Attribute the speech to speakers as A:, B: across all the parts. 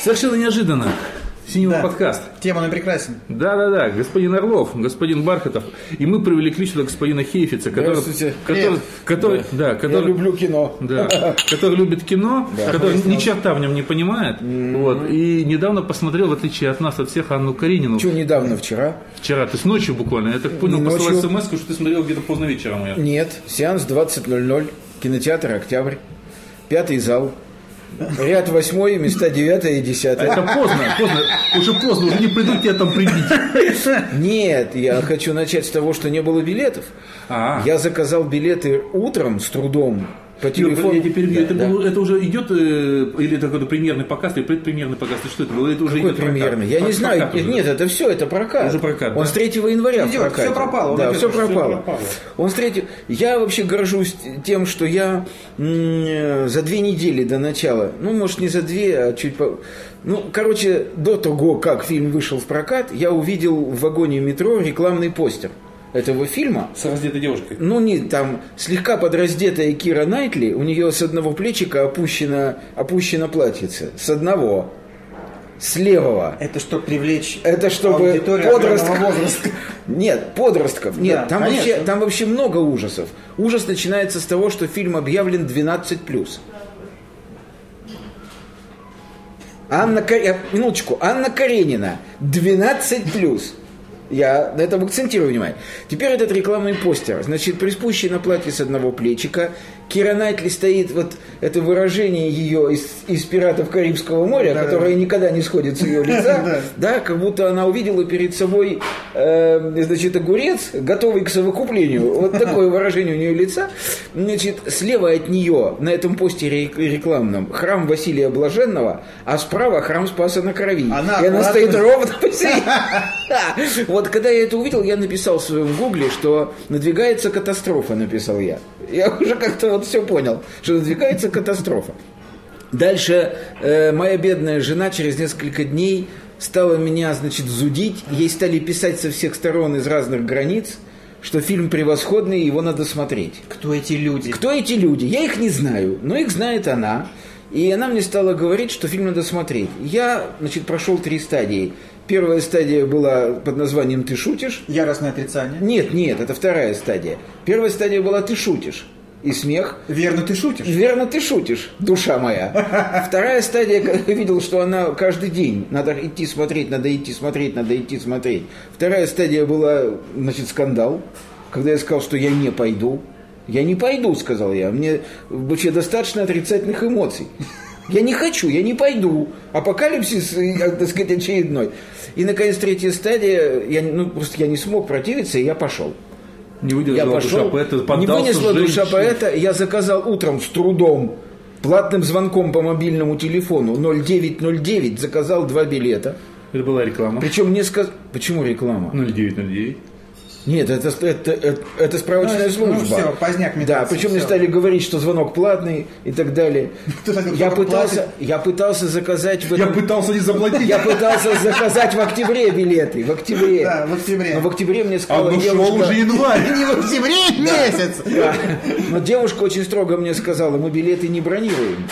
A: Совершенно неожиданно. Синего
B: Да.
A: подкаст.
B: Тема, ну прекрасен.
A: Да-да-да, господин Орлов, господин Бархатов. И мы привлекли сюда господина Хейфица, который...
C: Здравствуйте.
A: который,
B: Привет.
A: который- да. который...
C: Я люблю кино.
A: Да, который любит кино, который ни черта в нем не понимает. Вот, и недавно посмотрел, в отличие от нас, от всех, Анну Каренину.
C: Чего недавно, вчера?
A: Вчера, то есть ночью буквально. Я так понял,
C: Не
A: послал
C: ночью.
A: смс что ты смотрел где-то поздно вечером ее.
C: Нет, сеанс 20.00, кинотеатр «Октябрь», пятый зал, ряд восьмой, места девятое и
A: Это
C: десятое.
A: поздно, поздно, уже поздно, уже не придут тебя там прибить.
C: Нет, я хочу начать с того, что не было билетов.
A: А.
C: Я заказал билеты утром с трудом по
A: Юр,
C: телефону.
A: я теперь
C: Да,
A: это,
C: да.
A: было- это уже идет, э, или это какой-то премьерный показ, или предпремьерный показ, или что это было? Это уже
C: Какой
A: идет прокат.
C: премьерный? Я не
A: Прокат
C: знаю.
A: уже.
C: Нет, это все, это прокат.
A: Уже прокат,
C: Он
A: да.
C: с 3 января в
B: Идет,
C: прокате.
B: всё пропало, он
C: Да,
B: идет,
C: все
B: всё
C: пропало.
B: пропало.
C: Он с 3... Я вообще горжусь тем, что я м, э, за две недели до начала, ну, может, не за две, а чуть по... Ну, короче, до того, как фильм вышел в прокат, я увидел в вагоне метро рекламный постер этого фильма.
A: С раздетой девушкой.
C: Ну, не там слегка подраздетая Кира Найтли, у нее с одного плечика опущено, опущено платьице. С одного. С левого.
B: Это что привлечь
C: Это чтобы
B: аудиторию
C: подростков...
B: определенного возраста.
C: Нет, подростков. Нет,
B: Да,
C: там,
B: конечно.
C: вообще, там вообще много ужасов. Ужас начинается с того, что фильм объявлен 12+. Анна Ка- э, Минуточку. Анна Каренина. 12+. Я на этом акцентирую внимание. Теперь этот рекламный постер. Значит, приспущий на платье с одного плечика. Кира Найтли стоит, вот это выражение ее из, из «Пиратов Карибского моря», которое никогда не сходит с ее лица. Да, как будто она увидела перед собой, э, значит, огурец, готовый к совокуплению. Вот такое выражение у нее лица. Значит, слева от нее на этом постере рек- рекламном храм Василия Блаженного, а справа храм Спаса на Крови.
B: Она
C: И она
B: аккуратно-
C: стоит ровно посередине. Да. Вот когда я это увидел, я написал в своем гугле, что надвигается катастрофа, написал я. Я уже как-то вот все понял, что надвигается катастрофа. Дальше э, моя бедная жена через несколько дней стала меня, значит, зудить. Ей стали писать со всех сторон из разных границ, что фильм превосходный, его надо смотреть.
B: Кто эти люди?
C: Кто эти люди? Я их не знаю, но их знает она. И она мне стала говорить, что фильм надо смотреть. Я, значит, прошел три стадии. Первая стадия была под названием «Ты шутишь».
B: Яростное отрицание.
C: Нет, нет, это вторая стадия. Первая стадия была «Ты шутишь». И смех.
B: Верно, ты шутишь.
C: Верно, ты шутишь, душа моя. Вторая стадия, когда я видел, что она каждый день. Надо идти смотреть, надо идти смотреть, надо идти смотреть. Вторая стадия была, значит, скандал, когда я сказал, что я не пойду. Я не пойду, сказал я. Мне вообще достаточно отрицательных эмоций. Я не хочу, я не пойду. Апокалипсис, и, э, так сказать, очередной. И, наконец, третья стадия. Я, не- ну, просто я не смог противиться, и я пошел.
A: Не
C: Я
A: выдержала душа
C: пошел,
A: поэта,
C: не
A: поддался
C: вынесла душа
A: женщине.
C: поэта, я заказал утром с трудом, платным звонком по мобильному телефону 0909, заказал два билета.
A: Это была реклама.
C: Причем мне сказали... Почему реклама?
A: 0909.
C: Нет, это, это, это, это справочная
B: Ну, это- ну,
C: служба.
B: всё, поздняк
C: Да,
B: метаться,
C: причем мне
B: всё.
C: стали говорить, что звонок платный и так далее.
B: Кто так
C: Я
B: звонок
C: пытался,
B: платит?
C: я пытался заказать в этом...
A: пытался не заплатить.
C: Я пытался заказать в октябре билеты, в октябре.
B: Да, в октябре.
C: Но в октябре мне
A: А
C: сказала девушка-
A: январь.
B: Ну, Не в октябре месяц!
C: Да. Но девушка очень строго мне сказала, мы билеты не бронируем.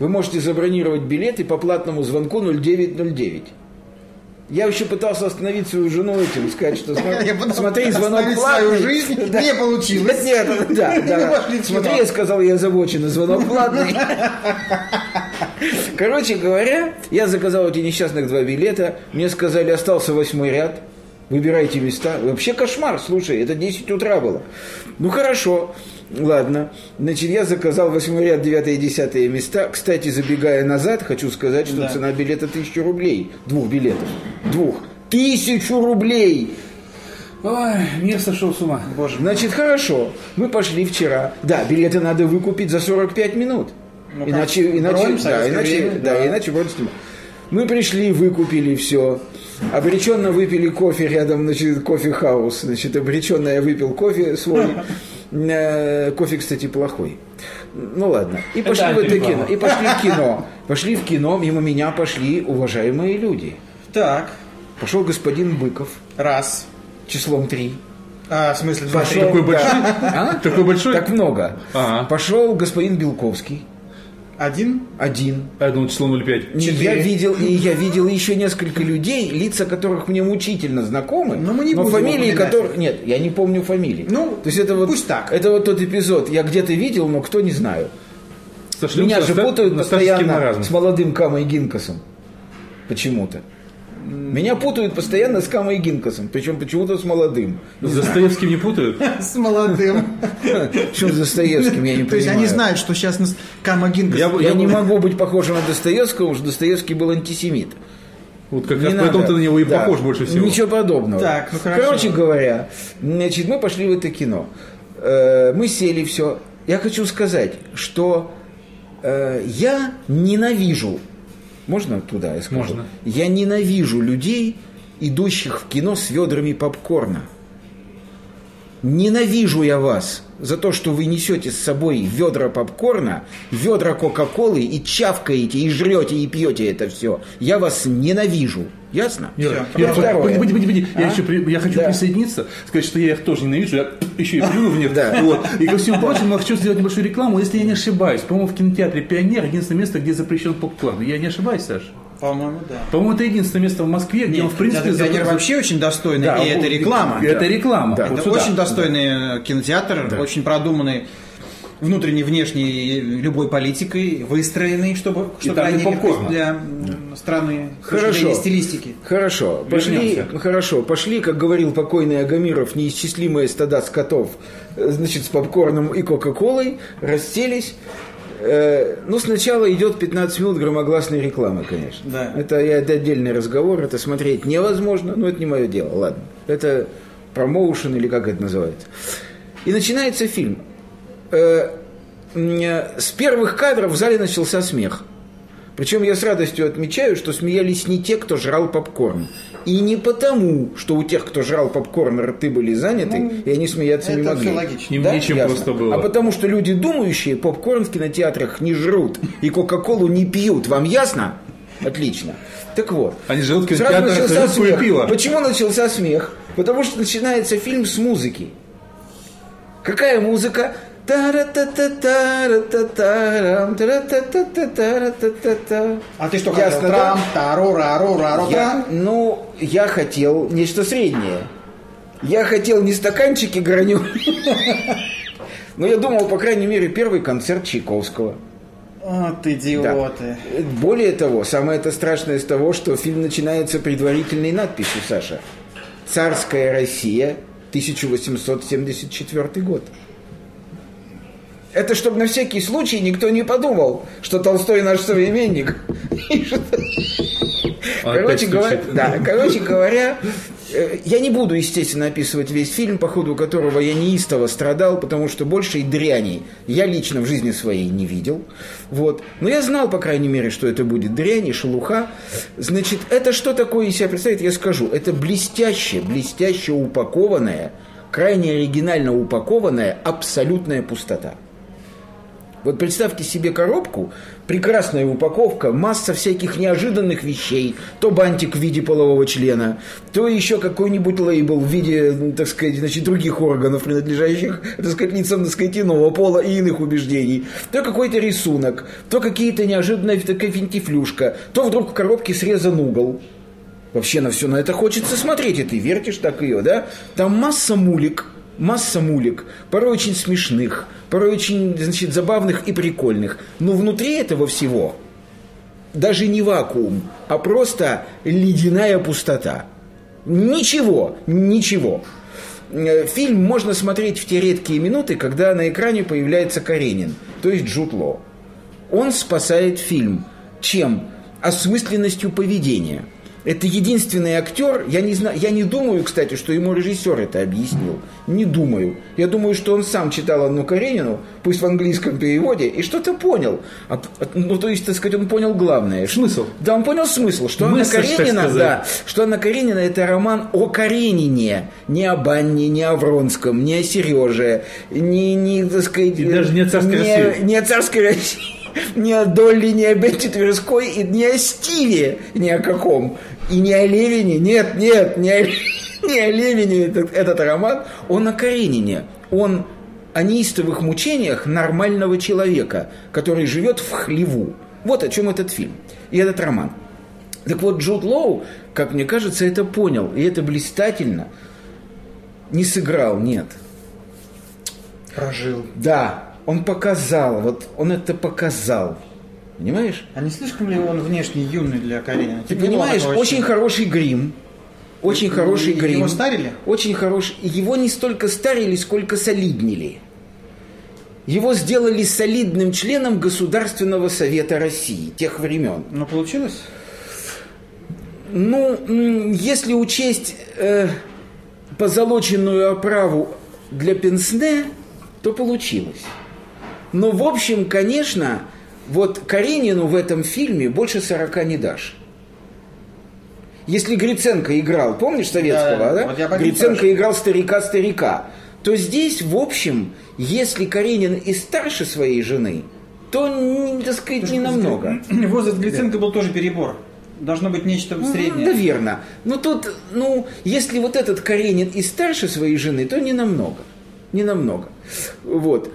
C: Вы можете забронировать билеты по платному звонку 0909. Я еще пытался остановить свою жену этим, сказать, что смо-
B: Я пытался
C: смотри, звонок
B: остановить свою
C: платный.
B: жизнь, не получилось.
C: Нет, нет, да,
B: Мы
C: да.
B: пошли в
C: Смотри,
B: кино.
C: я сказал, я озабочен, звонок платный. Короче говоря, я заказал эти несчастных два билета, мне сказали, остался восьмой ряд, выбирайте места. Вообще кошмар, слушай, это 10 утра было. Ну хорошо, ладно. Значит, я заказал восьмой ряд, девятое и десятое места. Кстати, забегая назад, хочу сказать, что
B: Да.
C: цена билета тысячу рублей. Двух билетов. Двух. Тысячу рублей!
A: Ой, мир сошел с ума.
B: Боже мой.
C: Значит, хорошо. Мы пошли вчера. Да, билеты надо выкупить за 45 минут.
B: Ну, как
C: иначе,
B: бронь
C: иначе, да,
B: в советское
C: иначе,
B: время,
C: да,
B: да.
C: иначе бронь снимут. Мы пришли, выкупили все. Обреченно выпили кофе рядом, значит, кофе-хаус. Значит, обреченно я выпил кофе свой. Э, Кофе, кстати, плохой. Ну ладно. И пошли в это
A: антиреклама.
C: кино. И пошли в кино. Пошли в кино, мимо меня пошли уважаемые люди.
B: Так,
C: Пошел господин Быков,
B: раз.
C: числом три.
B: А, в смысле, два,
C: Пошел,
B: три.
A: Такой большой?
C: А?
A: Такой большой?
C: Так много.
A: Ага.
C: Пошел господин Белковский.
B: Один?
C: Один.
A: Одно число 0,5.
C: И
B: Четыре.
C: Я видел, и я видел еще несколько людей, лица которых мне мучительно знакомы,
B: Но мы не будем
C: фамилии
B: упоминать.
C: которых... Нет, я не помню фамилии.
B: Ну,
C: то есть это вот,
B: пусть так.
C: Это вот тот эпизод, я где-то видел, но кто не знаю.
A: Сошлёмся
B: ну,
C: Меня же
A: ста-
C: путают
A: на старческий
C: постоянно
A: маразм.
C: с молодым Камой Гинкасом. Почему-то. Меня путают постоянно с Камой Гинкасом, причем почему-то с молодым.
A: С Достоевским не путают?
B: С молодым.
C: Причем с Достоевским, я не понимаю.
B: То есть они знают, что сейчас нас Камагинка...
A: Я бы-
C: Я не могу быть похожим на Достоевского, потому что Достоевский был антисемит.
A: Вот как
C: Не
A: раз
C: надо.
A: поэтому ты на него и
C: Да.
A: похож больше всего.
C: Ничего подобного.
B: Так, ну хорошо.
C: Короче говоря, значит, мы пошли в это кино. Э, Мы сели, все. Я хочу сказать, что э, я ненавижу. Можно туда я скажу?
A: Можно.
C: Я ненавижу людей, идущих в кино с ведрами попкорна. Ненавижу я вас за то, что вы несете с собой ведра попкорна, ведра кока-колы и чавкаете, и жрете, и пьете это все. Я вас ненавижу. Ясно?
A: Я,
B: Всё,
A: я,
C: про
A: я-
C: второе.
A: погоди, погоди, погоди. Я
C: А?
A: еще при- я хочу
C: Да.
A: присоединиться, сказать, что я их тоже ненавижу, я еще и плюю в них.
C: Да.
A: Вот. И ко всему прочему, я хочу сделать небольшую рекламу, если я не ошибаюсь. По-моему, в кинотеатре «Пионер» единственное место, где запрещен попкорн. Я не ошибаюсь, Саш?
B: По-моему, да.
A: По-моему, это единственное место в Москве, где он, в принципе,
B: кинотеатр «Пионер»
A: запрещен.
B: вообще очень достойный,
A: Да,
B: и это
A: вот,
B: реклама.
A: Это реклама.
C: Да.
A: Вот
B: Это
A: сюда.
B: очень достойный э, кинотеатр, очень продуманный внутренний, внешний и любой политикой, выстроенный, чтобы
A: И там нет попкорна.
B: для м, страны с точки
C: Хорошо.
B: зрения стилистики.
C: Хорошо. Пошли,
A: Вернемся.
C: хорошо. Пошли, как говорил покойный Агамиров, неисчислимые стада скотов, э, значит, с попкорном и кока-колой, расселись. Э, Ну, сначала идет 15 минут громогласной рекламы, конечно.
B: Да.
C: Это, я- это отдельный разговор, это смотреть невозможно, но это не мое дело, ладно. Это промоушен или как это называется. И начинается фильм. Э, м, э, С первых кадров в зале начался смех. Причем я с радостью отмечаю, что смеялись не те, кто жрал попкорн. И не потому, что у тех, кто жрал попкорн, рты были заняты, и они смеяться не
B: Ну, это
C: могли.
B: всё логично.
A: Им
C: Да?
A: нечем
C: Ясно.
A: просто было.
C: А потому что люди думающие попкорн в кинотеатрах не жрут и Кока-Колу не пьют. Вам ясно? Отлично. Так вот.
A: Они жрут в
C: Сразу
A: кинотеатрах
C: начался
A: рыбку и
C: смех.
A: пиво.
C: Почему начался смех? Потому что начинается фильм с музыки. Какая музыка? Тара-та-та-тара-та-тарам, тара-та-та-та-тара-та-та-та.
B: А ты что
C: Ясно,
B: хотел?
C: да?
B: Трам, тару, рару, рару,
C: Я,
B: трам.
C: ну, я хотел нечто среднее. Я хотел не стаканчики граню. Но я думал, по крайней мере, первый концерт Чайковского.
B: Вот
C: Да.
B: идиоты.
C: Более того, самое это страшное из того, что фильм начинается предварительной надписью, Саша. «Царская Россия, 1874 год». Это чтобы на всякий случай никто не подумал, что Толстой наш современник. И что-
A: А,
C: Короче
A: опять
C: говоря,
A: стучит.
C: да, короче говоря, э, я не буду, естественно, описывать весь фильм, по ходу которого я неистово страдал, потому что большей дряни я лично в жизни своей не видел. Вот. Но я знал, по крайней мере, что это будет дрянь и шелуха. Значит, это что такое из себя представить, я скажу. Это блестяще, блестяще упакованная, крайне оригинально упакованная абсолютная пустота. Вот представьте себе коробку, прекрасная упаковка, масса всяких неожиданных вещей. То бантик в виде полового члена, то еще какой-нибудь лейбл в виде, ну, так сказать, значит, других органов, принадлежащих, так сказать, лицам, так сказать, иного пола и иных убеждений. То какой-то рисунок, то какие-то неожиданные такая финтифлюшка, то вдруг в коробке срезан угол. Вообще на все на это хочется смотреть, и ты вертишь так ее, да? Там масса мулик, масса мулик, порой очень смешных, порой очень, значит, забавных и прикольных. Но внутри этого всего даже не вакуум, а просто ледяная пустота. Ничего, ничего. Э, Фильм можно смотреть в те редкие минуты, когда на экране появляется Каренин, то есть Джуд Лоу. Он спасает фильм. Чем? Осмысленностью поведения. Это единственный актер, я не, знаю, я не думаю, кстати, что ему режиссер это объяснил. Не думаю. Я думаю, что он сам читал Анну Каренину, пусть в английском переводе, и что-то понял. А п- а, ну, то есть, так сказать, он понял главное.
A: Смысл.
C: Да, он понял смысл, что Анна
A: Мысль, так
C: Каренина,
A: сказать.
C: да, что Анна Каренина это роман о Каренине, не о Банне, не о Вронском, не о Сереже, не, не так сказать,
A: И даже не о царской
C: не-
A: России.
C: не о царской России, не о Долли, не о Бетти Тверской, и не о Стиве, ни о каком, и не о Левине, нет, нет, не о, не о Левине этот, этот роман, он о Каренине, он о неистовых мучениях нормального человека, который живет в хлеву. Вот о чем этот фильм и этот роман. Так вот, Джуд Лоу, как мне кажется, это понял, и это блистательно. Не сыграл, нет.
B: Прожил.
C: Да, он показал, вот он это показал. Понимаешь?
B: А не слишком ли он внешне юный для Каренина? Типа,
C: Ты понимаешь, очень хороший грим. Очень
B: Его-
C: хороший
B: его
C: грим.
B: старили?
C: Очень хороший. Его не столько старили, сколько солиднили. Его сделали солидным членом Государственного Совета России тех времен.
B: Ну, получилось?
C: Ну, м, если учесть э, позолоченную оправу для Пенсне, то получилось. Но, в общем, конечно, вот Каренину в этом фильме больше 40 не дашь. Если Гриценко играл, помнишь советского,
B: Да,
C: да?
B: вот я поэтому
C: Гриценко
B: спрашиваю.
C: играл старика-старика, то здесь, в общем, если Каренин и старше своей жены, то, н- так сказать, не намного.
B: Возраст Глиценко был тоже перебор. Должно быть нечто
C: Ну,
B: среднее.
C: Наверное. Но тут, ну, если вот этот Каренин и старше своей жены, то не намного. Не намного. Вот.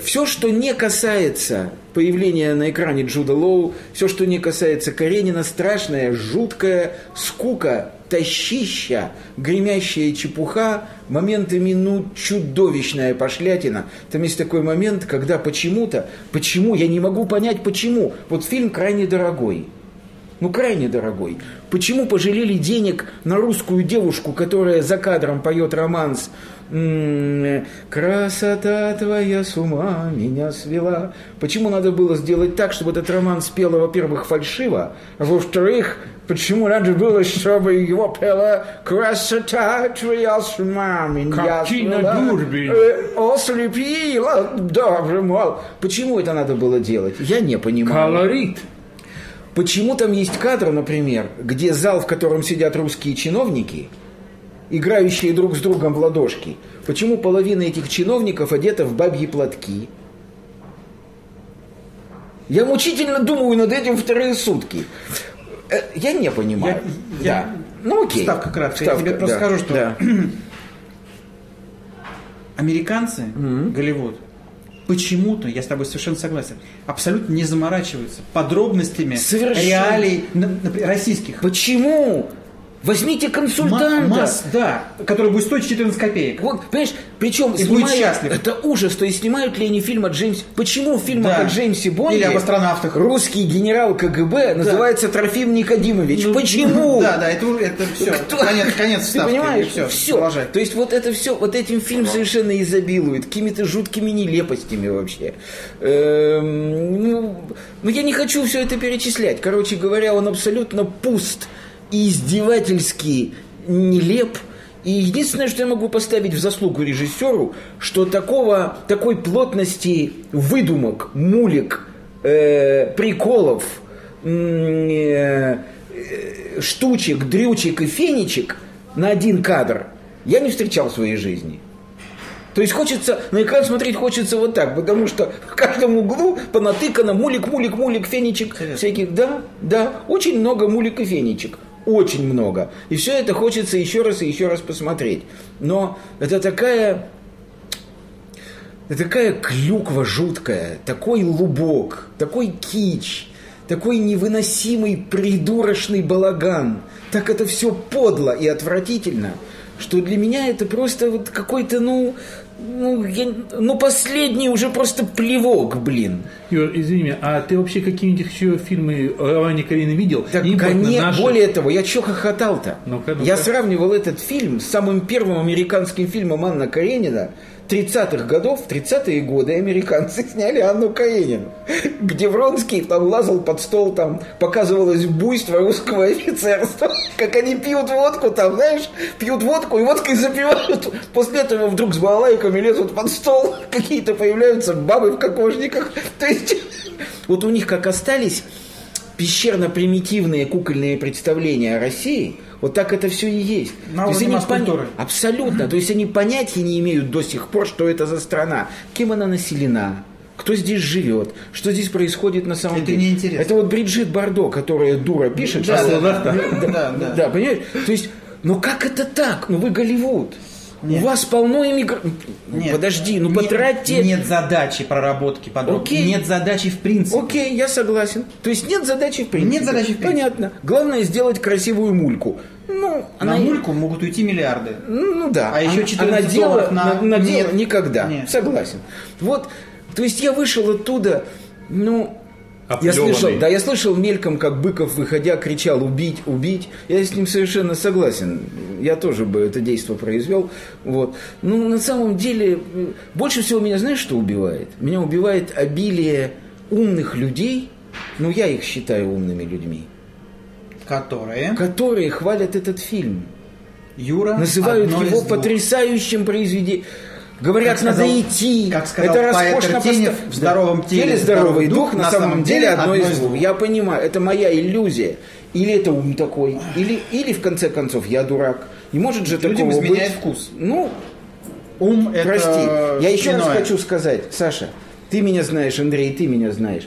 C: Все, что не касается появления на экране Джуда Лоу, все, что не касается Каренина, страшная, жуткая скука, тащища, гремящая чепуха, моментами, ну, чудовищная пошлятина. Там есть такой момент, когда почему-то, почему, я не могу понять, почему. Вот фильм крайне дорогой. Ну, крайне дорогой. Почему пожалели денег на русскую девушку, которая за кадром поет романс м, «Красота твоя с ума меня свела». Почему надо было сделать так, чтобы этот роман спела, во-первых, фальшиво, а во-вторых, почему надо было, чтобы его пела «Красота твоя с ума меня
A: Картина
C: свела».
A: Дурбин.
C: э, Ослепила добрым мол». Почему это надо было делать? Я не понимаю.
A: Колорит.
C: Почему там есть кадр, например, где зал, в котором сидят русские чиновники, играющие друг с другом в ладошки, почему половина этих чиновников одета в бабьи платки? Я мучительно думаю над этим вторые сутки. Э, Я не понимаю.
B: Я- я-
C: Да. Ну окей.
B: Вставка краткая. Я тебе просто
C: да,
B: скажу, что-
C: да.
B: Американцы, Голливуд, почему-то, я с тобой совершенно согласен, абсолютно не заморачиваются подробностями
C: Совершенно.
B: реалий на- например, российских.
C: Почему? Возьмите консультанта.
B: Ма- масс, да, который будет стоить 14 копеек.
C: Вот, понимаешь, причем
B: И будет
C: снимают-
B: счастлив.
C: это ужас, то есть снимают ли они фильм о Джеймсе... Почему в фильмах
B: Да.
C: о Джеймсе Бонде
B: Или об астронавтах.
C: русский генерал КГБ называется Трофим Никодимович? Почему?
B: Ну, Да, да, это, уже- это все.
C: Кто-
B: Конец, конец
C: Ты
B: вставки.
C: понимаешь,
B: Все,
C: все. То есть вот это все, вот этим фильм совершенно изобилует какими-то жуткими нелепостями вообще. Эм, ну, ну, я не хочу все это перечислять. Короче говоря, он абсолютно пуст и издевательски нелеп. И единственное, что я могу поставить в заслугу режиссеру, что такого, такой плотности выдумок, мулек, э, приколов, м, э, э, штучек, дрючек и феничек на один кадр я не встречал в своей жизни. То есть хочется, на экран смотреть хочется вот так, потому что в каждом углу понатыкано мулик, мулик, мулик, феничек всяких. Да, да, очень много мулик и феничек. Очень много. И все это хочется еще раз и еще раз посмотреть. Но это такая это такая клюква жуткая, такой лубок, такой кич, такой невыносимый придурочный балаган. Так это все подло и отвратительно, что для меня это просто вот какой-то, ну, ну, я- ну последний уже просто плевок, блин.
A: Юр, извини меня, а ты вообще какие-нибудь еще фильмы о Ане Карениной видел?
C: Так,
A: Импортные,
C: коне-
A: наши?
C: более того, я чё хохотал-то?
A: Ну-ка, ну-ка.
C: Я сравнивал этот фильм с самым первым американским фильмом Анна Каренина 30-х годов, в 30-е годы американцы сняли Анну Каренину, где Вронский там лазал под стол, там показывалось буйство русского офицерства, как они пьют водку там, знаешь, пьют водку и водкой запивают. После этого вдруг с балалайками лезут под стол, какие-то появляются бабы в кокошниках. То есть вот у них как остались пещерно-примитивные кукольные представления о России, вот так это все и есть.
B: На
C: То есть
B: уровне
C: они
B: масс-культуры.
C: Абсолютно. То есть они понятия не имеют до сих пор, что это за страна, кем она населена, кто здесь живет, что здесь происходит на самом
B: Это
C: деле.
B: неинтересно.
C: Это вот Бриджит Бардо, которая дура пишет.
B: Да,
C: что-
B: да, да, да, да.
C: да, понимаешь? То есть, ну как это так? Ну вы Голливуд. У вас полно иммигр...
B: Нет.
C: Подожди, ну
B: Нет-
C: потратьте...
B: Нет задачи проработки подробности.
C: Окей.
B: Нет задачи в принципе.
C: Окей, я согласен. То есть нет задачи в принципе.
B: Нет задачи в принципе.
C: Понятно. Главное сделать красивую мульку. Ну,
B: На
C: она...
B: мульку могут уйти миллиарды.
C: Ну да.
B: А еще 14
C: дело,
B: долларов на-
C: дело
B: Нет.
C: никогда.
B: Нет.
C: Согласен. Вот, то есть я вышел оттуда, ну, я
A: Оплеванный.
C: слышал, да, я слышал мельком, как Быков, выходя, кричал «убить, убить». Я с ним совершенно согласен. Я тоже бы это действие произвел. Вот. Ну, на самом деле, м, больше всего меня, знаешь, что убивает? Меня убивает обилие умных людей, ну, я их считаю умными людьми,
B: Которые
C: которые хвалят этот фильм.
B: Юра
C: Называют
B: одно из
C: его
B: двух.
C: потрясающим произведением. Говорят,
B: Как сказал-
C: надо идти.
B: как сказал
C: это
B: поэт
C: роскошно
B: Артеньев,
C: просто-
B: в здоровом теле
C: здоровый дух, на самом деле одно из двух.
B: двух.
C: Я понимаю, это моя иллюзия. Или это ум такой, или, или в конце концов я дурак. Не может же
B: Людям
C: такого быть.
B: изменяет вкус.
C: Ну,
B: Ум это
C: Прости, я еще раз
B: иное.
C: хочу сказать, Саша, ты меня знаешь, Андрей, ты меня знаешь.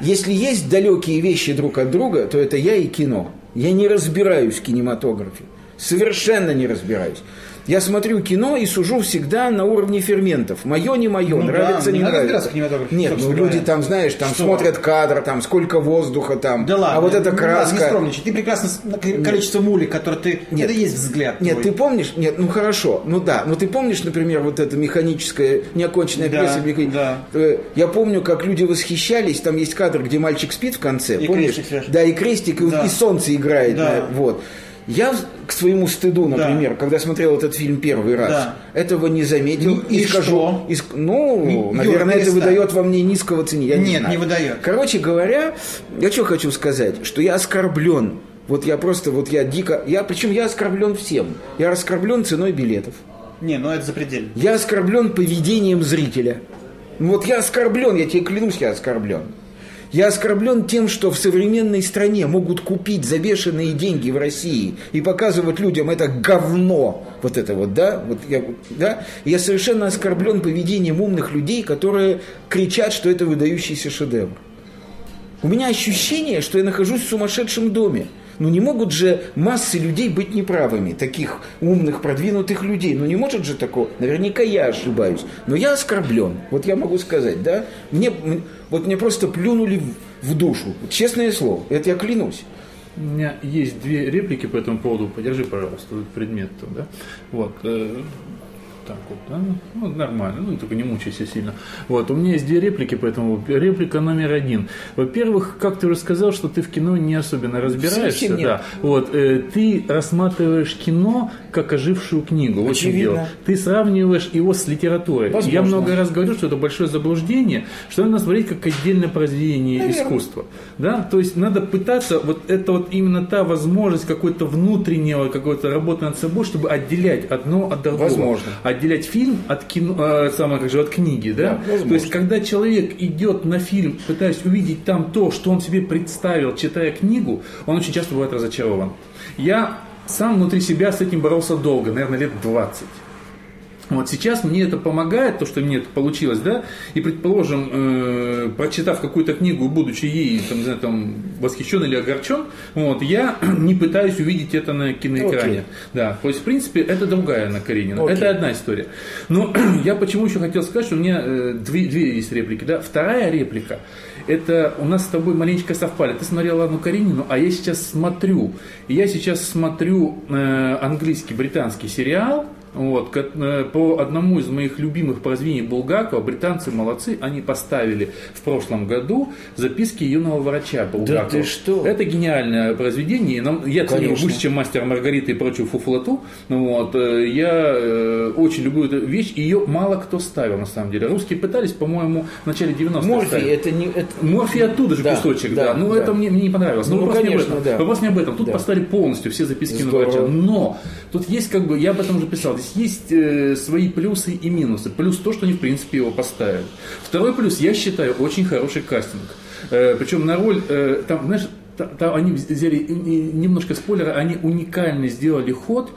C: Если есть далекие вещи друг от друга, то это я и кино. Я не разбираюсь в кинематографе. Совершенно не разбираюсь. Я смотрю кино и сужу всегда на уровне ферментов. Мое не мое,
B: Ну да,
C: нравится,
B: не
C: не,
B: надо разбираться
C: нравится.
B: в кинематографе,
C: Нет, ну
B: собственно
C: люди
B: говоря.
C: там, знаешь, там
B: Что?
C: смотрят кадр, там сколько воздуха там,
B: Да ладно.
C: а вот эта
B: ну ладно,
C: краска.
B: Не скромничай. Ты прекрасно с- на- количество мулей, которые ты.
C: Нет.
B: Это и есть взгляд.
C: Нет,
B: твой.
C: ты помнишь? Нет, ну хорошо, ну да. Но ты помнишь, например, вот это механическое, неоконченная
B: Да,
C: пьеса? меха-
B: да.
C: Э, Я помню, как люди восхищались. Там есть кадр, где мальчик спит в конце,
B: И
C: помнишь?
B: крестик вешает.
C: да, и крестик, и,
B: Да.
C: и солнце играет.
B: Да.
C: на- вот. Я в- к своему стыду,
B: Да.
C: например, когда смотрел этот фильм первый раз,
B: Да.
C: этого не заметил
B: И-
C: и,
B: и
C: скажу,
B: что?
C: и ск- ну,
B: Ну,
C: наверное,
B: Юра,
C: это
B: перестань.
C: выдает во мне низкого цене. Я не
B: Нет,
C: знаю.
B: не выдает.
C: Короче говоря, я что хочу сказать, что я оскорблен. Вот я просто, вот я дико, я, причем я оскорблен всем. Я оскорблен ценой билетов.
B: Не, ну это запредельно.
C: Я оскорблен поведением зрителя. Ну Вот я оскорблен, я тебе клянусь, я оскорблен. Я оскорблен тем, что в современной стране могут купить за бешеные деньги в России и показывать людям это говно. Вот это вот, да? Вот я, да? я совершенно оскорблен поведением умных людей, которые кричат, что это выдающийся шедевр. У меня ощущение, что я нахожусь в сумасшедшем доме. Ну не могут же массы людей быть неправыми, таких умных, продвинутых людей. Ну не может же такого. Наверняка я ошибаюсь. Но я оскорблен. Вот я могу сказать, да? Мне, м- вот мне просто плюнули в, в душу. Честное слово. Это я клянусь.
A: У меня есть две реплики по этому поводу. Подержи, пожалуйста, этот предмет там, да? Вот. э, так вот, да? Ну, нормально, ну, только не мучайся сильно. Вот, у меня есть две реплики по этому. Реплика номер один. Во-первых, как ты уже сказал, что ты в кино не особенно разбираешься,
C: Совсем нет.
A: да. Вот, э, ты рассматриваешь кино как ожившую книгу. Вот в чем
C: Очевидно.
A: дело. Ты сравниваешь его с литературой.
C: Возможно.
A: Я много раз говорю, что это большое заблуждение, что надо смотреть как отдельное произведение искусства. Да? То есть надо пытаться, вот это вот именно та возможность какой-то внутреннего, какой-то работы над собой, чтобы отделять одно от другого.
C: Возможно.
A: Отделять фильм от кино, э, самое, как же, от книги. Да?
C: возможно.
A: То есть когда человек идет на фильм, пытаясь увидеть там то, что он себе представил, читая книгу, он очень часто бывает разочарован. Я сам внутри себя с этим боролся долго, наверное, лет 20. Вот сейчас мне это помогает, то, что мне это получилось, да, и, предположим, э, прочитав какую-то книгу, будучи ей, там, не знаю, там, восхищен или огорчен, вот, я не пытаюсь увидеть это на киноэкране.
C: Окей.
A: Да, то есть, в принципе, это другая Анна Каренина.
C: Окей.
A: Это одна история. Но я почему еще хотел сказать, что у меня э, две, две есть реплики, да. Вторая реплика, это у нас с тобой маленечко совпали. Ты смотрел Анну Каренину, а я сейчас смотрю. И я сейчас смотрю э, английский, британский сериал, вот, ко- э, по одному из моих любимых произведений Булгакова, британцы молодцы, они поставили в прошлом году записки юного врача Булгакова.
C: ты что?
A: Это гениальное произведение, и нам- я ценю
C: Конечно.
A: выше, чем мастер Маргарита и прочую фуфлоту. Ну Вот, э, я э, очень люблю эту вещь, ее мало кто ставил на самом деле. Русские пытались, по-моему, в начале 90-х.
C: Морфий,
A: ставить.
C: это не... это-
A: Морфий оттуда же
C: Да,
A: кусочек, да.
C: да,
A: Ну,
C: да.
A: это мне, мне не понравилось. Но
C: Ну,
A: вопрос не
C: конечно,
A: об этом.
C: да.
A: Вопрос не об этом. Тут
C: Да.
A: поставили полностью все записки на
C: Здорово.
A: врача. Но тут есть, как бы, я об этом уже писал, здесь есть э, свои плюсы и минусы. Плюс то, что они, в принципе, его поставили. Второй плюс, я считаю, очень хороший кастинг. Э, причем на роль, э, там, знаешь, та- там они взяли и- и немножко спойлера, они уникально сделали ход.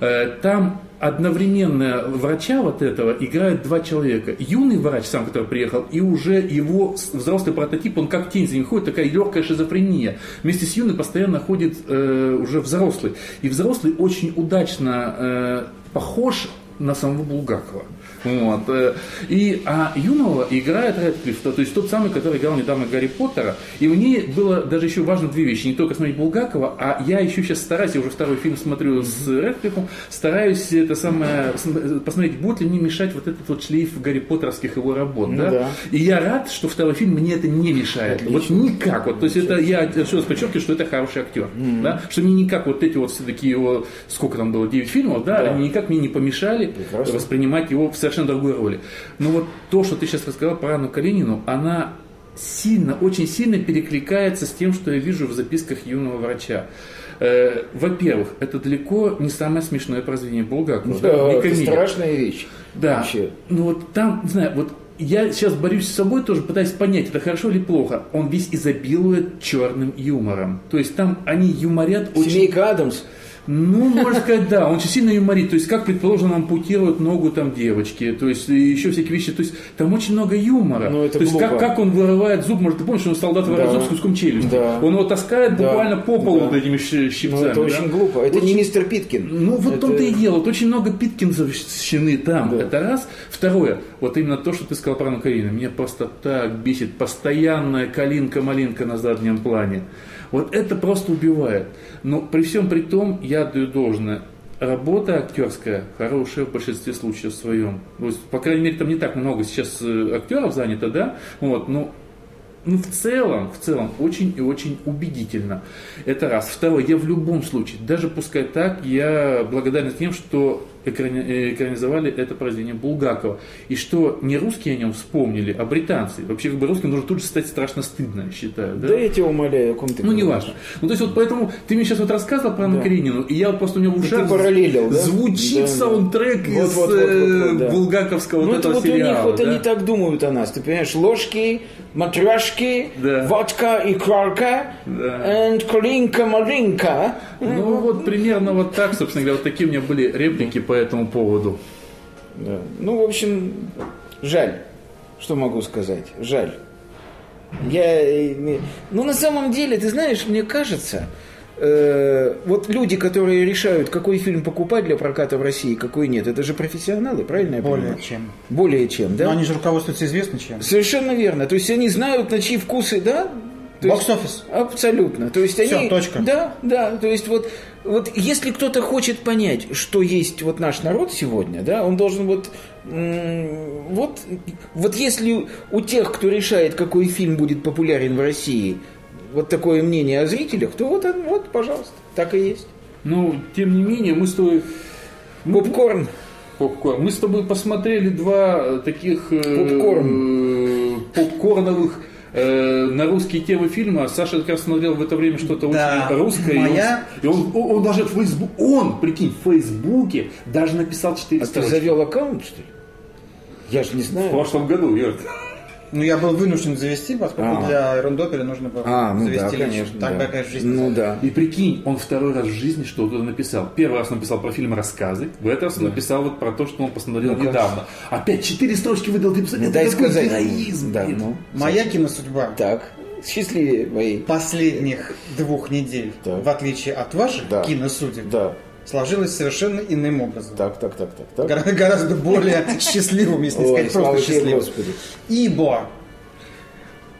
A: Э, Там одновременно врача вот этого играют два человека. Юный врач, сам, который приехал, и уже его с- взрослый прототип, он как тень за ним ходит, такая легкая шизофрения. Вместе с юным постоянно ходит э, уже взрослый. И взрослый очень удачно э, похож на самого Булгакова. Вот. э, И, а Юнова играет Рэдклифф, то то есть тот самый, который играл недавно Гарри Поттера. И мне было даже еще важно две вещи. Не только смотреть Булгакова, а я еще сейчас стараюсь, я уже второй фильм смотрю с Рэдклиффом, стараюсь это самое, см- посмотреть, будет ли мне мешать вот этот вот шлейф Гарри Поттеровских его работ. да?
C: да.
A: И я рад, что второй фильм мне это не мешает. Вот никак. Вот, то есть это я еще раз подчеркиваю, что это хороший актер. Да? Что мне никак вот эти вот все такие его, сколько там было, 9 фильмов, да, они никак мне не помешали воспринимать его в совершенно другой роли. Но вот то, что ты сейчас рассказал про Анну Калинину, она сильно, очень сильно перекликается с тем, что я вижу в записках юного врача. Э, Во-первых, это далеко не самое смешное произведение Булгакова. да, не
C: Это
A: комедия.
C: страшная вещь.
A: Да.
C: Вообще.
A: Ну вот там, не знаю, вот я сейчас борюсь с собой тоже, пытаюсь понять, это хорошо или плохо. Он весь изобилует черным юмором. То есть там они юморят очень...
C: Семейка Адамс.
A: Ну, можно сказать, да, он очень сильно юморит. То есть, как, предположим, ампутируют ногу там девочки, то есть, и еще всякие вещи. То есть, там очень много юмора.
C: Ну, это
A: то есть, как,
C: глупо.
A: как он вырывает зуб, может, ты помнишь, он солдат вырывает
C: Да.
A: зуб с куском челюсти.
C: Да.
A: Он его таскает
C: Да.
A: буквально по полу
C: Да.
A: вот этими щ- щипцами.
C: Ну, это
A: да.
C: очень глупо. Это не
A: Очень-
C: мистер Питкин.
A: ну, вот в
C: Это-
A: том-то и дело. Вот очень много Питкинзовщины там.
C: Да.
A: Это раз. Второе, вот именно то, что ты сказал про Анну Каренину. Меня просто так бесит. Постоянная калинка-малинка на заднем плане. Вот это просто убивает. Но при всем при том, я даю должное. Работа актерская хорошая в большинстве случаев в своем. То есть, по крайней мере, там не так много сейчас э, актеров занято, да? Вот, но ну, в целом, в целом, очень и очень убедительно. Это раз. Второе, я в любом случае, даже пускай так, я благодарен тем, что экрани- э, экранизовали это произведение Булгакова. И что не русские о нем вспомнили, а британцы. Вообще, как бы русским нужно тут же стать страшно стыдно, я считаю.
C: Да я тебя умоляю, о ком ты
A: Ну,
C: говоришь.
A: не важно. Ну, то есть, вот поэтому ты мне сейчас вот рассказывал про Анну
C: Да. Ну,
A: Каренину, и я вот просто у меня в ушах
C: ты параллелил, да?
A: звучит
C: Да, да.
A: саундтрек
C: Вот,
A: из
C: вот, вот, вот,
A: э,
C: вот, да.
A: булгаковского
C: ну,
A: вот
C: это
A: этого
C: вот у
A: сериала.
C: них, вот
A: да?
C: они так думают о нас, ты понимаешь, ложки, матрешки,
A: Да.
C: водка и карка,
A: Да.
C: and калинка-малинка.
A: Ну вот примерно вот так, собственно говоря, вот такие у меня были реплики по этому поводу.
C: Да. Ну, в общем, жаль, что могу сказать, жаль. Я, э, не- ну, на самом деле, ты знаешь, мне кажется, э, вот люди, которые решают, какой фильм покупать для проката в России, какой нет, это же профессионалы, правильно я
B: Более
C: понимаю?
B: чем.
C: Более чем, да?
B: Но они же руководствуются известно чем.
C: Совершенно верно. То есть они знают, на чьи вкусы, да? То есть-
B: Бокс-офис.
C: Абсолютно. То есть они...
B: Всё, точка.
C: Да, да. То есть вот, вот если кто-то хочет понять, что есть вот наш народ сегодня, да, он должен вот... м, Вот, вот если у тех, кто решает, какой фильм будет популярен в России, вот такое мнение о зрителях, то вот, он- вот пожалуйста, так и есть.
A: Ну, тем не менее, мы с тобой...
B: Ну,
A: мы-
C: Попкорн.
A: Попкорн. Мы с тобой посмотрели два э, таких... э, э, попкорновых э, на русские темы фильма. Саша как раз смотрел в это время что-то
B: Да.
A: очень русское. и он-
B: Моя-
A: И он, он- он даже в Фейсбу- Он, прикинь, в Фейсбуке даже написал 4
C: А ты
A: строчки.
C: завел аккаунт, что ли? Я же не
A: В
C: знаю.
A: прошлом году, Юр.
B: Ну, я был вынужден завести, поскольку
C: А.
B: для рендопера нужно было завести лично. Так бы, конечно, жизнь.
C: Ну да.
A: И прикинь, он второй раз в жизни что-то написал. Первый раз написал про фильм «Рассказы», в этот раз он написал вот про то, что он посмотрел недавно. Опять четыре строчки выдал, ты посмотри,
C: Ну,
A: это
C: дай
A: какой
C: сказать.
A: героизм.
C: Да,
A: блин.
C: ну.
B: Моя киносудьба
C: Так, счастливее моей.
B: последних двух недель,
C: Да.
B: в отличие от ваших
C: Да.
B: киносудеб,
C: Да,
B: сложилась совершенно иным образом.
C: так, так, так, так, так.
B: Гора- Гораздо более счастливым, если не
C: Ой,
B: сказать
C: слава
B: просто
C: тебе,
B: счастливым.
C: Господи.
B: Ибо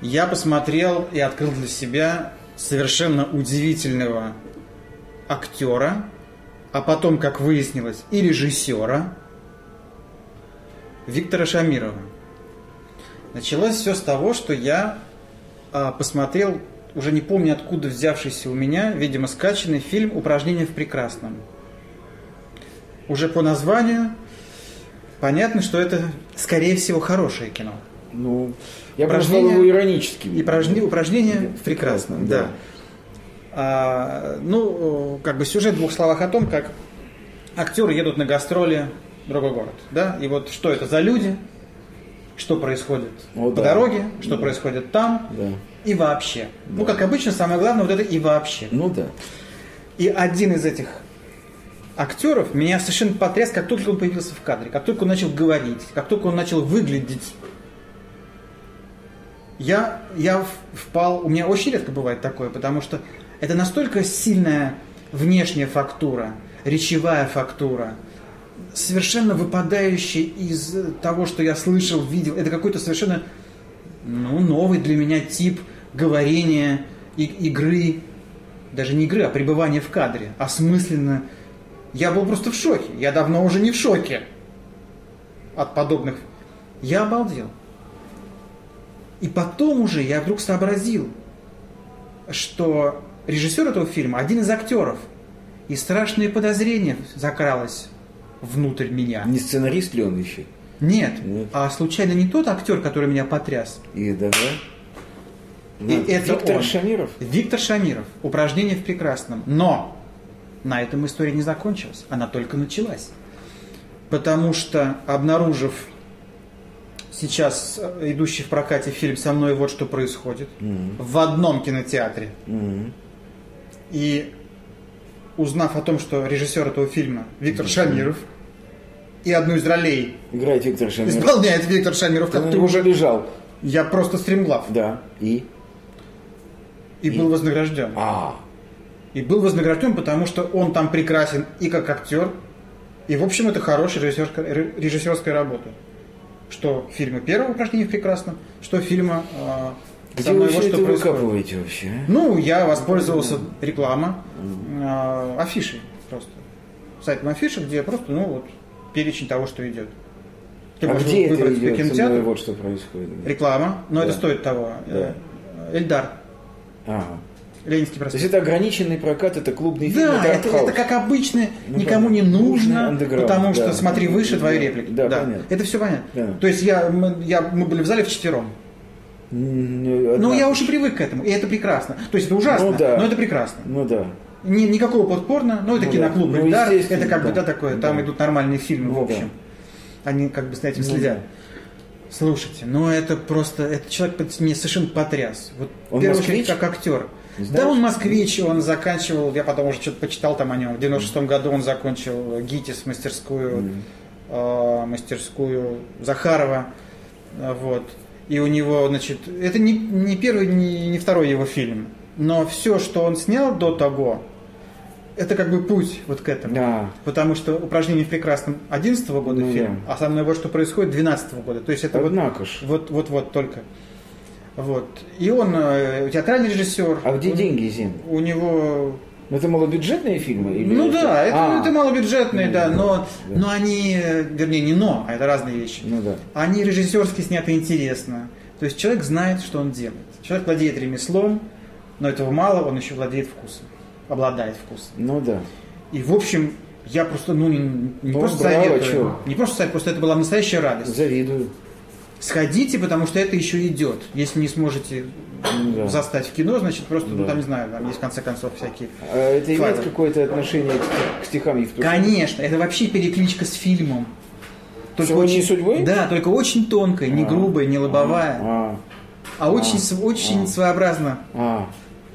B: я посмотрел и открыл для себя совершенно удивительного актера, а потом, как выяснилось, и режиссера Виктора Шамирова. Началось все с того, что я а, посмотрел, уже не помню откуда взявшийся у меня, видимо, скачанный фильм «Упражнение в прекрасном». Уже по названию понятно, что это, скорее всего, хорошее кино.
C: Ну, я бы
B: Упражнения-
C: назвал его ироническим.
B: И упражни- упражнения в
C: прекрасном,
B: прекрасном, да.
C: да.
B: А, ну, э, как бы сюжет в двух словах о том, как актеры едут на гастроли в другой город, да, и вот что это за люди, что происходит
C: О,
B: по
C: да.
B: дороге, что происходит там
C: Да.
B: и вообще. Ну, как обычно, самое главное вот это и вообще.
C: Ну да.
B: И один из этих актеров меня совершенно потряс, как только он появился в кадре, как только он начал говорить, как только он начал выглядеть. Я, я в- впал, у меня очень редко бывает такое, потому что это настолько сильная внешняя фактура, речевая фактура, совершенно выпадающий из того, что я слышал, видел. Это какой-то совершенно ну, новый для меня тип говорения, и, игры, даже не игры, а пребывания в кадре, осмысленно. Я был просто в шоке. Я давно уже не в шоке от подобных. Я обалдел. И потом уже я вдруг сообразил, что режиссер этого фильма один из актеров. И страшное подозрение закралось внутрь меня.
C: Не сценарист ли он еще?
B: Нет,
C: Нет.
B: а случайно не тот актер, который меня потряс.
C: И да,
B: И это
C: Виктор
B: он.
C: Шамиров.
B: Виктор Шамиров. Упражнение в прекрасном. Но на этом история не закончилась. Она только началась. Потому что, обнаружив сейчас э, идущий в прокате фильм «Со мной вот что происходит» в одном кинотеатре,
C: Мгм.
B: И узнав о том, что режиссер этого фильма Виктор Шамиров и одну из ролей
C: Играет Виктор Шамиров.
B: исполняет Виктор Шамиров,
C: Он
B: как ты уже...
C: лежал.
B: Я просто стремглав.
C: Да. И?
B: И был вознагражден.
C: А.
B: И был вознагражден, потому что он там прекрасен и как актер, и, в общем, это хорошая режиссерская, ре- режиссерская работа. Что фильма первого упражнения в прекрасном, что фильма э,
C: Где
B: «Со
C: вы
B: мной
C: все
B: вот
C: это
B: что происходит».
C: выкапываете вообще? а?
B: Ну, я воспользовался реклама э, афишей просто. Сайтом афиши, где просто, ну, вот, перечень того, что идет. Ты
C: а
B: можешь
C: где это
B: выбрать себе
C: идет?
B: кинотеатр,
C: Ну, Вот что происходит.
B: реклама, но это
C: Да.
B: стоит того. Э, Эльдар,
C: Ага.
B: Ленинский
C: То есть
B: проспект.
C: это ограниченный прокат, это клубный фильм,
B: Да, это,
C: артхаус.
B: это как обычно,
C: Ну,
B: никому не
C: понятно. Нужный
B: нужно,
C: андеграунд,
B: потому что
C: да.
B: смотри выше твои
C: Да,
B: реплики.
C: да, понятно.
B: Это все понятно.
C: Понятно.
B: То есть я, мы, я, мы были в зале вчетвером.
C: М, Ну,
B: Ну,
C: одна-
B: я уже привык к этому, и это прекрасно. То есть это ужасно,
C: Ну, да.
B: но это прекрасно.
C: Ну да.
B: Ни- никакого подпорно, но это
C: Ну да.
B: киноклуб
C: Ну,
B: «Эльдар»,
C: естественно,
B: это как бы,
C: да.
B: да, такое, там
C: Да.
B: идут нормальные фильмы, в
C: Ну да.
B: общем. Они как бы с этим
C: Ну
B: следят.
C: да.
B: Слушайте, ну это просто, этот человек под- меня совершенно потряс. Вот,
C: Он
B: в первую
C: москвич?
B: очередь, как актер.
C: Не
B: Да,
C: знаешь?
B: он москвич, он заканчивал, я потом уже что-то почитал там о нем. В 96-м году он закончил э, ГИТИС, мастерскую, э, мастерскую Захарова. Э, Вот. И у него, значит, это не, не первый, не, не второй его фильм. Но все, что он снял до того, это как бы путь вот к этому.
C: Да.
B: Потому что упражнение в прекрасном 11 года
C: Ну
B: фильм, а со мной вот что происходит 12 года. То есть это вот
C: Однако ж.
B: вот, вот, вот только. Вот. И он э, театральный режиссер.
C: А где
B: У-
C: деньги, Зин?
B: У него.
C: Ну это малобюджетные фильмы? Или
B: ну да, это,
C: А,
B: это малобюджетные,
C: Ну
B: да,
C: да,
B: но,
C: да.
B: но они, э, вернее, не но, а это разные вещи.
C: Ну да.
B: Они режиссерски сняты интересно. То есть человек знает, что он делает. Человек владеет ремеслом, но этого мало, он еще владеет вкусом. Обладает вкусом.
C: Ну да.
B: И в общем, я просто, ну, не, не
C: Ну,
B: просто
C: браво,
B: советую.
C: чё.
B: Не просто советую, просто это была настоящая радость.
C: Завидую.
B: Сходите, потому что это еще идет. Если не сможете
C: Ну да.
B: застать в кино, значит просто,
C: Да.
B: ну там не знаю, там есть в конце концов всякие.
C: А это имеет
B: Файлы.
C: какое-то отношение к- к стихам Евтушенко?
B: Конечно, это вообще перекличка с фильмом.
C: «Иронией судьбы»?
B: Да, только очень тонкая, не
C: А.
B: грубая, не лобовая, а,
C: А,
B: очень, св- очень своеобразно.
C: а.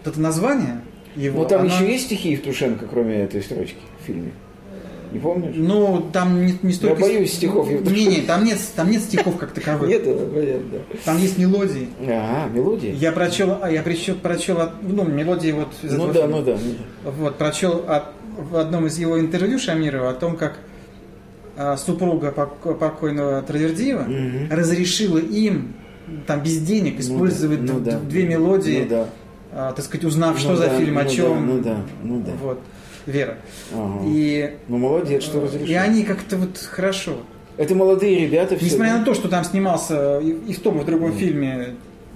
B: Вот это название его.
C: Ну там
B: оно-
C: еще есть стихи Евтушенко, кроме этой строчки в фильме? Не помнишь?
B: Ну, там не, не столько...
C: боюсь стихов, я
B: Не, не, там нет, там нет стихов как таковых.
C: Нет, это понятно.
B: Там есть мелодии.
C: Ага, мелодия?
B: Я прочел, а, я прочел, прочел, от- ну, мелодии вот из
C: Ну
B: этого
C: да,
B: фильма.
C: ну да.
B: Вот, прочел от- в одном из его интервью Шамирова о том, как а, супруга пок- покойного Травердиева
C: Мгм.
B: разрешила им там без денег использовать
C: ну
B: д-
C: да.
B: две мелодии,
C: Ну да.
B: а, так сказать, узнав, что
C: Ну
B: за
C: да,
B: фильм, о
C: ну да,
B: чем.
C: ну да, ну да.
B: Вот, Вера.
C: Ага.
B: И, э,
C: Ну молодец, что разрешил.
B: и они как-то вот хорошо.
C: Это молодые ребята все.
B: Несмотря на то, что там снимался и, и в том, и в другом
C: Ну.
B: фильме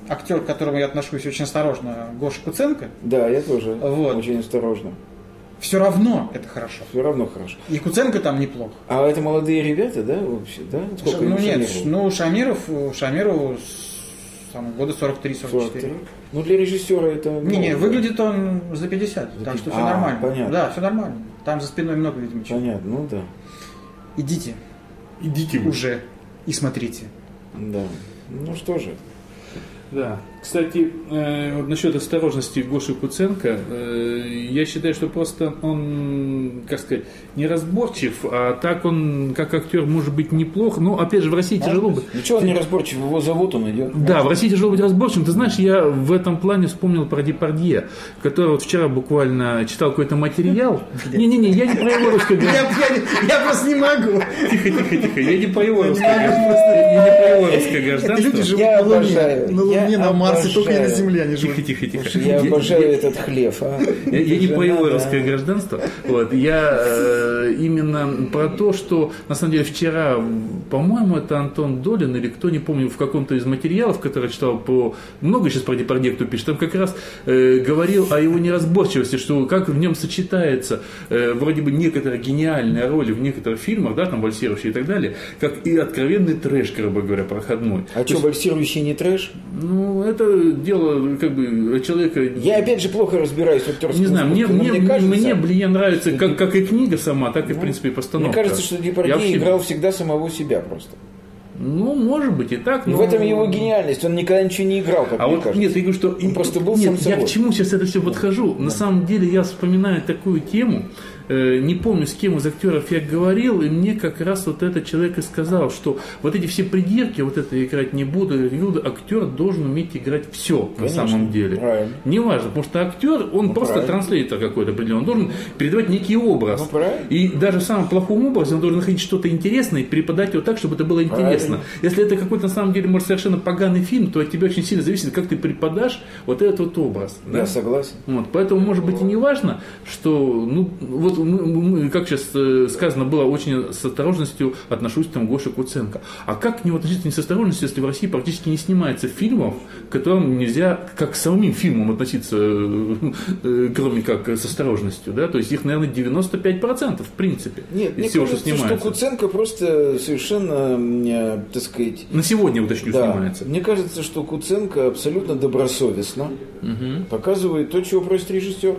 B: актер, к которому я отношусь очень осторожно, Гоша Куценко,
C: Да, я тоже.
B: Вот.
C: Очень осторожно.
B: все равно это хорошо.
C: Все равно хорошо.
B: И Куценко там неплохо.
C: А это молодые ребята, да, вообще, да? Сколько
B: Ша-
C: им
B: ну нет,
C: Шамирову?
B: ш- ну Шамиров, э, Шамирову с- там, года
C: 43.
B: 43-44.
C: Ну для режиссера это... ну,
B: Не, не,
C: много.
B: выглядит он за 50, так
C: 50.
B: что все
C: А,
B: нормально.
C: понятно.
B: Да, все нормально. Там за спиной много, видимо, чего.
C: Понятно, ну да.
B: Идите
A: Идите вы.
B: уже и смотрите.
C: Да. Ну что же.
A: Да. Кстати, э, вот насчет осторожности Гоши Куценко, э, я считаю, что просто он, как сказать, неразборчив, а так он, как актер, может быть неплох. Но, опять же, в России тяжело быть.
C: Ну что он неразборчив, его зовут, он идет.
A: Да, в России тяжело быть разборчивым. Ты знаешь, я в этом плане вспомнил про Депардье, который вот вчера буквально читал какой-то материал. Не-не-не, я не про его русскоговорящего.
B: Я, я- я просто не могу.
A: Тихо-тихо-тихо, я не про его русскоговорящего. Я не про его русское
B: Эти люди
A: гражданство.
B: живут
C: Я
B: на Луне.
C: обожаю,
B: На
C: я
B: Луне, на Марсе, только не на
C: обожаю.
B: Земле они живут.
A: Тихо-тихо-тихо.
C: Я обожаю этот хлев. а.
A: Я, я не
C: Жена,
A: про его
C: да.
A: русское гражданство. Вот, я э, именно про то, что на самом деле вчера, м, по-моему, это Антон Долин или кто, не помню, в каком-то из материалов, который я читал по много сейчас про Депардье, кто пишет, там как раз э, говорил о его неразборчивости, что как в нем сочетается э, вроде бы некоторая гениальная роль в некоторых фильмах, да, там вальсирующие и так далее, как и откровенный трэш, грубо говоря, проходной.
C: А что, вальсирующий не трэш?
A: Ну, это дело как бы человека
C: Я опять же плохо разбираюсь в актерском
A: не знаю, мне,
C: искусстве, но
A: мне, мне,
C: ну, кажется- ну,
A: блин, нравится как, как и книга сама, так и, в принципе, и постановка.
C: Мне кажется, что Депардье
A: Я вообще-
C: играл всегда самого себя просто.
A: Ну, может быть, и так, но...
C: В этом его гениальность. Он никогда ничего не играл, как
A: А
C: мне
A: вот
C: кажется.
A: нет, я говорю, что
C: Он просто был
A: нет,
C: сам
A: я
C: собой.
A: к чему сейчас это все подхожу. На самом деле я вспоминаю такую тему. э, Не помню, с кем из актеров я говорил, и мне как раз вот этот человек и сказал, что вот эти все придирки, вот это я играть не буду, я говорю, актер должен уметь играть все
C: Конечно,
A: на самом деле.
C: правильно. Ну,
A: Неважно, потому что актер, он просто
C: правильно.
A: транслейтер какой-то определенный, он должен передавать некий образ.
C: Ну, правильно.
A: и даже в самом плохом образе он должен находить что-то интересное и преподать его так, чтобы это было интересно.
C: Правильно.
A: Если это какой-то на самом деле, может, совершенно поганый фильм, то от тебя очень сильно зависит, как ты преподашь вот этот вот образ. да?
C: Я согласен.
A: Вот, поэтому, может быть, и не важно, что, ну, вот, мы- мы- как сейчас э, сказано было, очень с осторожностью отношусь там к Гоше Куценко. А как к нему относиться не с осторожностью, если в России практически не снимается фильмов, к которым нельзя, как к самим фильмам относиться, э, э, кроме как э, с осторожностью, да? То есть их, наверное, 95% в принципе
C: Нет,
A: из
C: мне
A: всего, что
C: кажется, что
A: снимается.
C: Куценко просто совершенно, э, так сказать,
A: На сегодня, уточню,
C: Да.
A: снимается.
C: Мне кажется, что Куценко абсолютно добросовестно показывает то, чего просит режиссер.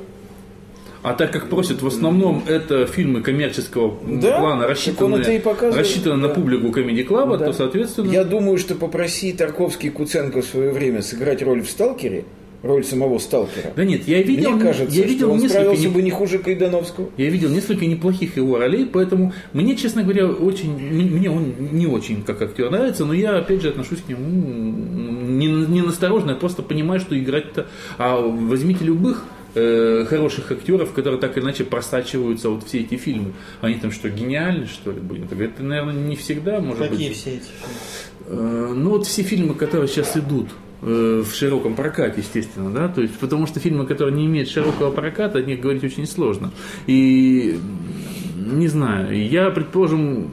A: А так как просят, в основном это фильмы коммерческого м,
C: Да,
A: плана,
C: так он
A: рассчитаны,
C: это и показывает,
A: рассчитаны
C: да.
A: на публику комедий клаба,
C: Да.
A: то, соответственно,
C: Я думаю, что попроси Тарковский Куценко в свое время сыграть роль в «Сталкере», роль самого «Сталкера»,
A: Да нет, я видел,
C: мне кажется,
A: я видел
C: что он
A: несколько,
C: справился
A: не-
C: бы не хуже Кайдановского.
A: я видел несколько неплохих его ролей, поэтому мне, честно говоря, очень, м- мне он не очень как актер нравится, но я опять же отношусь к нему м, не, не насторожно, я просто понимаю, что играть-то. А возьмите любых э, хороших актеров, которые так или иначе просачиваются вот все эти фильмы. Они там что, гениальны, что ли, блин? Так это, наверное, не всегда, может
B: Какие
A: быть.
B: все эти?
A: Э, Ну вот все фильмы, которые сейчас идут э, в широком прокате, естественно, да, то есть потому что фильмы, которые не имеют широкого проката, о них говорить очень сложно. И м, не знаю, я, предположим,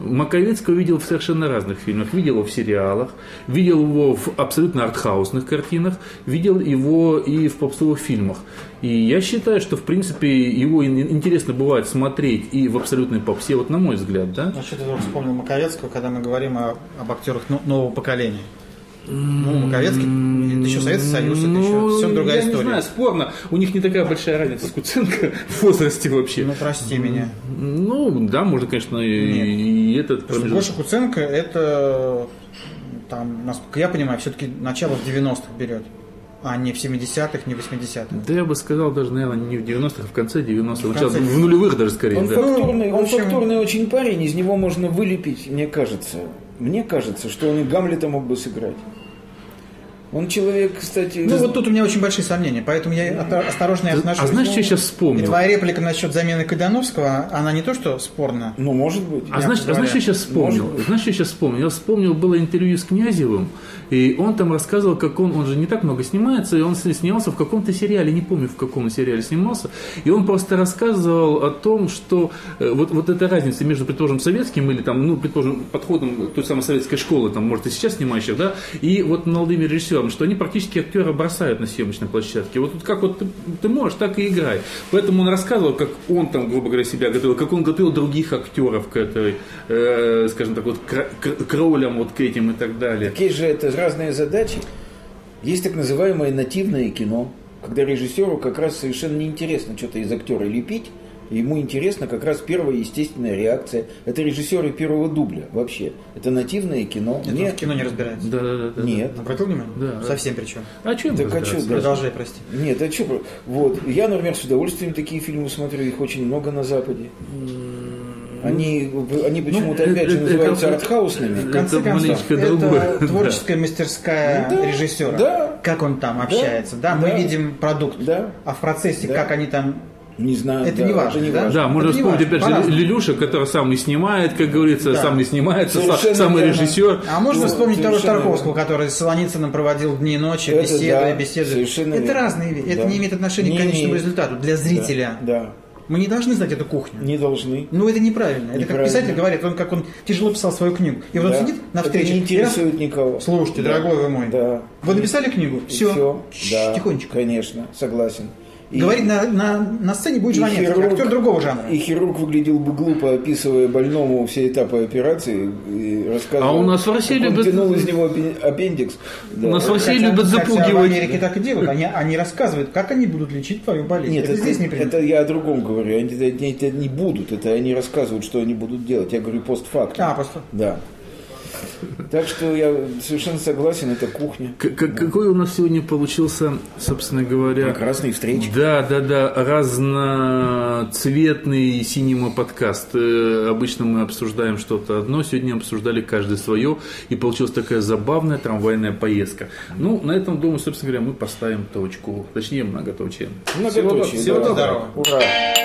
A: Маковецкого видел в совершенно разных фильмах. Видел его в сериалах, видел его в абсолютно артхаусных картинах, видел его и в попсовых фильмах. И я считаю, что, в принципе, его ин- интересно бывает смотреть и в абсолютной попсе, вот на мой взгляд, да?
B: Ну, что ты вдруг вспомнил Маковецкого, когда мы говорим о- об актерах но- нового поколения? Ну, Маковецкий, это еще Советский Союз, это еще совсем другая
A: Ну, я не
B: история.
A: знаю, спорно. У них не такая большая разница с Куценко в возрасте вообще.
B: Ну, прости меня.
A: Ну, да, можно, конечно, и, и этот
B: Потому
A: промежуток.
B: что Гоша Куценко это там, насколько я понимаю, все-таки начало в 90-х берет, а не в 70-х, не в 80-х.
A: Да я бы сказал, даже, наверное, не в 90-х, а в конце 90-х.
B: В
A: Начало-
B: конце.
A: В нулевых даже скорее,
C: Он
A: да.
C: фактурный,
B: Ну, в
C: он
B: общем-
C: фактурный очень парень, из него можно вылепить, мне кажется. Мне кажется, что он и Гамлета мог бы сыграть. Он человек, кстати...
B: Ну, вот тут у меня очень большие сомнения, поэтому я ото- осторожно и отношусь.
A: А знаешь, что я сейчас
B: И
A: вспомнил?
B: твоя реплика насчет замены Кайдановского, она не то что спорна.
C: Ну, может быть.
A: А знаешь, а знаешь, что я сейчас вспомнил?
C: Может быть.
A: Знаешь, что я сейчас вспомнил? Я вспомнил, было интервью с Князевым, и он там рассказывал, как он, он же не так много снимается, и он с- снимался в каком-то сериале, не помню, в каком он сериале снимался, и он просто рассказывал о том, что э, вот, вот эта разница между, предположим, советским или там, ну, предположим, подходом той самой советской школы, там, может, и сейчас снимающих, да, и вот молодыми режиссерами, что они практически актера бросают на съемочной площадке. Вот тут как вот ты, ты можешь, так и играй. Поэтому он рассказывал, как он там, грубо говоря, себя готовил, как он готовил других актеров к этой, э, скажем так, вот к, к- к ролям, вот к этим и так далее.
C: Какие же это разные задачи? Есть так называемое нативное кино, когда режиссеру как раз совершенно неинтересно что-то из актера лепить, Ему интересна как раз первая естественная реакция. Это режиссеры первого дубля вообще. Это нативное кино.
B: Это
C: Мне-
B: он в кино не разбирается. Ну,
A: Да, да, да. да.
C: Нет.
B: Обратил внимание?
A: Да.
B: Совсем причем.
A: А что
C: Так а чё, да.
B: Продолжай, прости.
C: Нет, а что? Вот. Я, например, с удовольствием такие фильмы смотрю, их очень много на Западе.
B: ну,
C: Они, они почему-то
A: э,
C: опять же
A: э, э,
C: называются
A: как-
C: артхаусными.
A: э,
B: В конце
A: Это
B: концов,
A: маленечко
B: это
A: другое. Да.
B: творческая мастерская
C: Ну да,
B: режиссера.
C: да.
B: Как он там общается. Да, мы
C: да.
B: видим продукт.
C: Да.
B: А в процессе,
C: Да.
B: как они там...
C: Не знаю.
B: Это
C: да,
B: не важно, да?
A: Да, можно
B: Это не
A: вспомнить,
B: важно,
A: опять же,
B: по-разному.
A: Лилюша, который сам не снимает, как говорится,
B: Да.
A: сам не снимается, са-
C: Совершенно
A: сам и
C: верно.
A: режиссер.
B: А можно
C: Вот,
B: вспомнить того же
C: Ну, совершенно
B: Тарковского, который с Солоницыным проводил дни и ночи,
C: Это
B: беседы,
C: да,
B: беседы.
C: совершенно
B: Это
C: верно.
B: разные вещи. Это
C: Да.
B: не имеет отношения
C: Не
B: к конечному
C: имеет.
B: результату. Для зрителя.
C: Да.
B: Мы не должны знать эту кухню.
C: Не должны.
B: Ну, это неправильно. Это как
C: Неправильно.
B: писатель говорит, он как он тяжело писал свою книгу. И вот
C: Да.
B: он сидит на
C: Это
B: встрече.
C: не интересует никого.
B: Слушайте,
C: Да.
B: дорогой вы мой.
C: Да.
B: Вы написали книгу? Все.
C: да,
B: Тихонечко.
C: Конечно, согласен. И-
B: Говорить на, на, на сцене будет
C: и
B: Жванецкий,
C: хирург-
B: актер другого жанра.
C: И хирург выглядел бы глупо, описывая больному все этапы операции и рассказывая.
A: А у нас в России
C: как он
A: любят-
C: тянул из него аппе- аппендикс. Да.
A: У нас в
B: Хотя-
A: России любят
B: хотя в Америке
A: запугивать.
B: так и делают. Они, они рассказывают, как они будут лечить твою болезнь.
C: Нет,
B: это, здесь не принято.
C: это я о другом говорю. Они это, не- это не будут, это они рассказывают, что они будут делать. Я говорю постфактум.
B: А, просто.
C: Да. Так что я совершенно согласен, это кухня.
A: К- к- Какой у нас сегодня получился, собственно говоря,
C: Прекрасные встречи.
A: Да, да, да, разноцветный синема подкаст. Э, Обычно мы обсуждаем что-то одно, сегодня обсуждали каждый свое, и получилась такая забавная трамвайная поездка. Ну, на этом, думаю, собственно говоря, мы поставим точку, точнее многоточие.
C: Многоточие.
A: Всего доброго.
C: да. Ура.